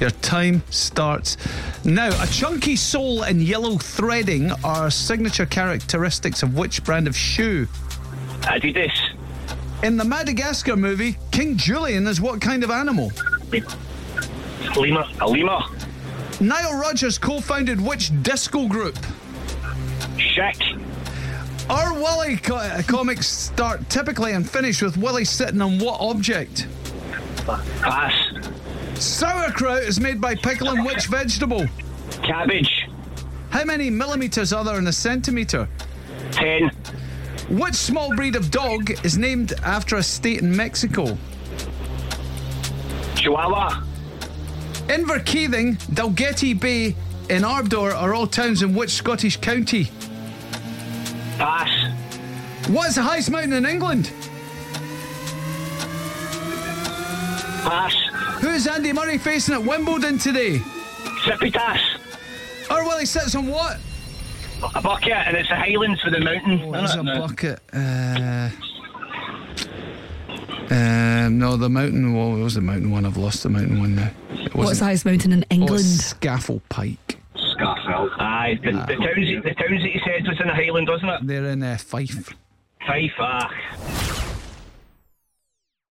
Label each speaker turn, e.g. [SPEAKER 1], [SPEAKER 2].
[SPEAKER 1] Your time starts now. A chunky sole and yellow threading are signature characteristics of which brand of shoe?
[SPEAKER 2] Adidas.
[SPEAKER 1] In the Madagascar movie, King Julian is what kind of animal?
[SPEAKER 2] Lima. A Lima.
[SPEAKER 1] Nile Rodgers co founded which disco group?
[SPEAKER 2] Shaq.
[SPEAKER 1] Our Willy co- uh, comics start typically and finish with Willy sitting on what object?
[SPEAKER 2] Pass.
[SPEAKER 1] Sauerkraut is made by pickling which vegetable?
[SPEAKER 2] Cabbage.
[SPEAKER 1] How many millimetres are there in a centimetre?
[SPEAKER 2] Ten.
[SPEAKER 1] Which small breed of dog is named after a state in Mexico?
[SPEAKER 2] Chihuahua.
[SPEAKER 1] Inverkeithing, Dalgetty Bay, and Arbdor are all towns in which Scottish county?
[SPEAKER 2] Pass.
[SPEAKER 1] What's the highest mountain in England?
[SPEAKER 2] Pass.
[SPEAKER 1] Who's Andy Murray facing at Wimbledon today?
[SPEAKER 2] Sipitas.
[SPEAKER 1] Or Willie sits on what?
[SPEAKER 2] A bucket, and it's the Highlands for the mountain.
[SPEAKER 1] Oh, it is a
[SPEAKER 2] Isn't it?
[SPEAKER 1] bucket. Uh, uh, no, the mountain one. It was the mountain one. I've lost the mountain one now. It
[SPEAKER 3] What's the
[SPEAKER 1] wasn't-
[SPEAKER 3] highest mountain in
[SPEAKER 1] oh, it's
[SPEAKER 3] England?
[SPEAKER 1] Scaffold Pike.
[SPEAKER 2] Scarfell. Aye, the, the, towns, the towns that you said was in the Highland, wasn't it?
[SPEAKER 1] They're in uh, Fife.
[SPEAKER 2] Fife, ah.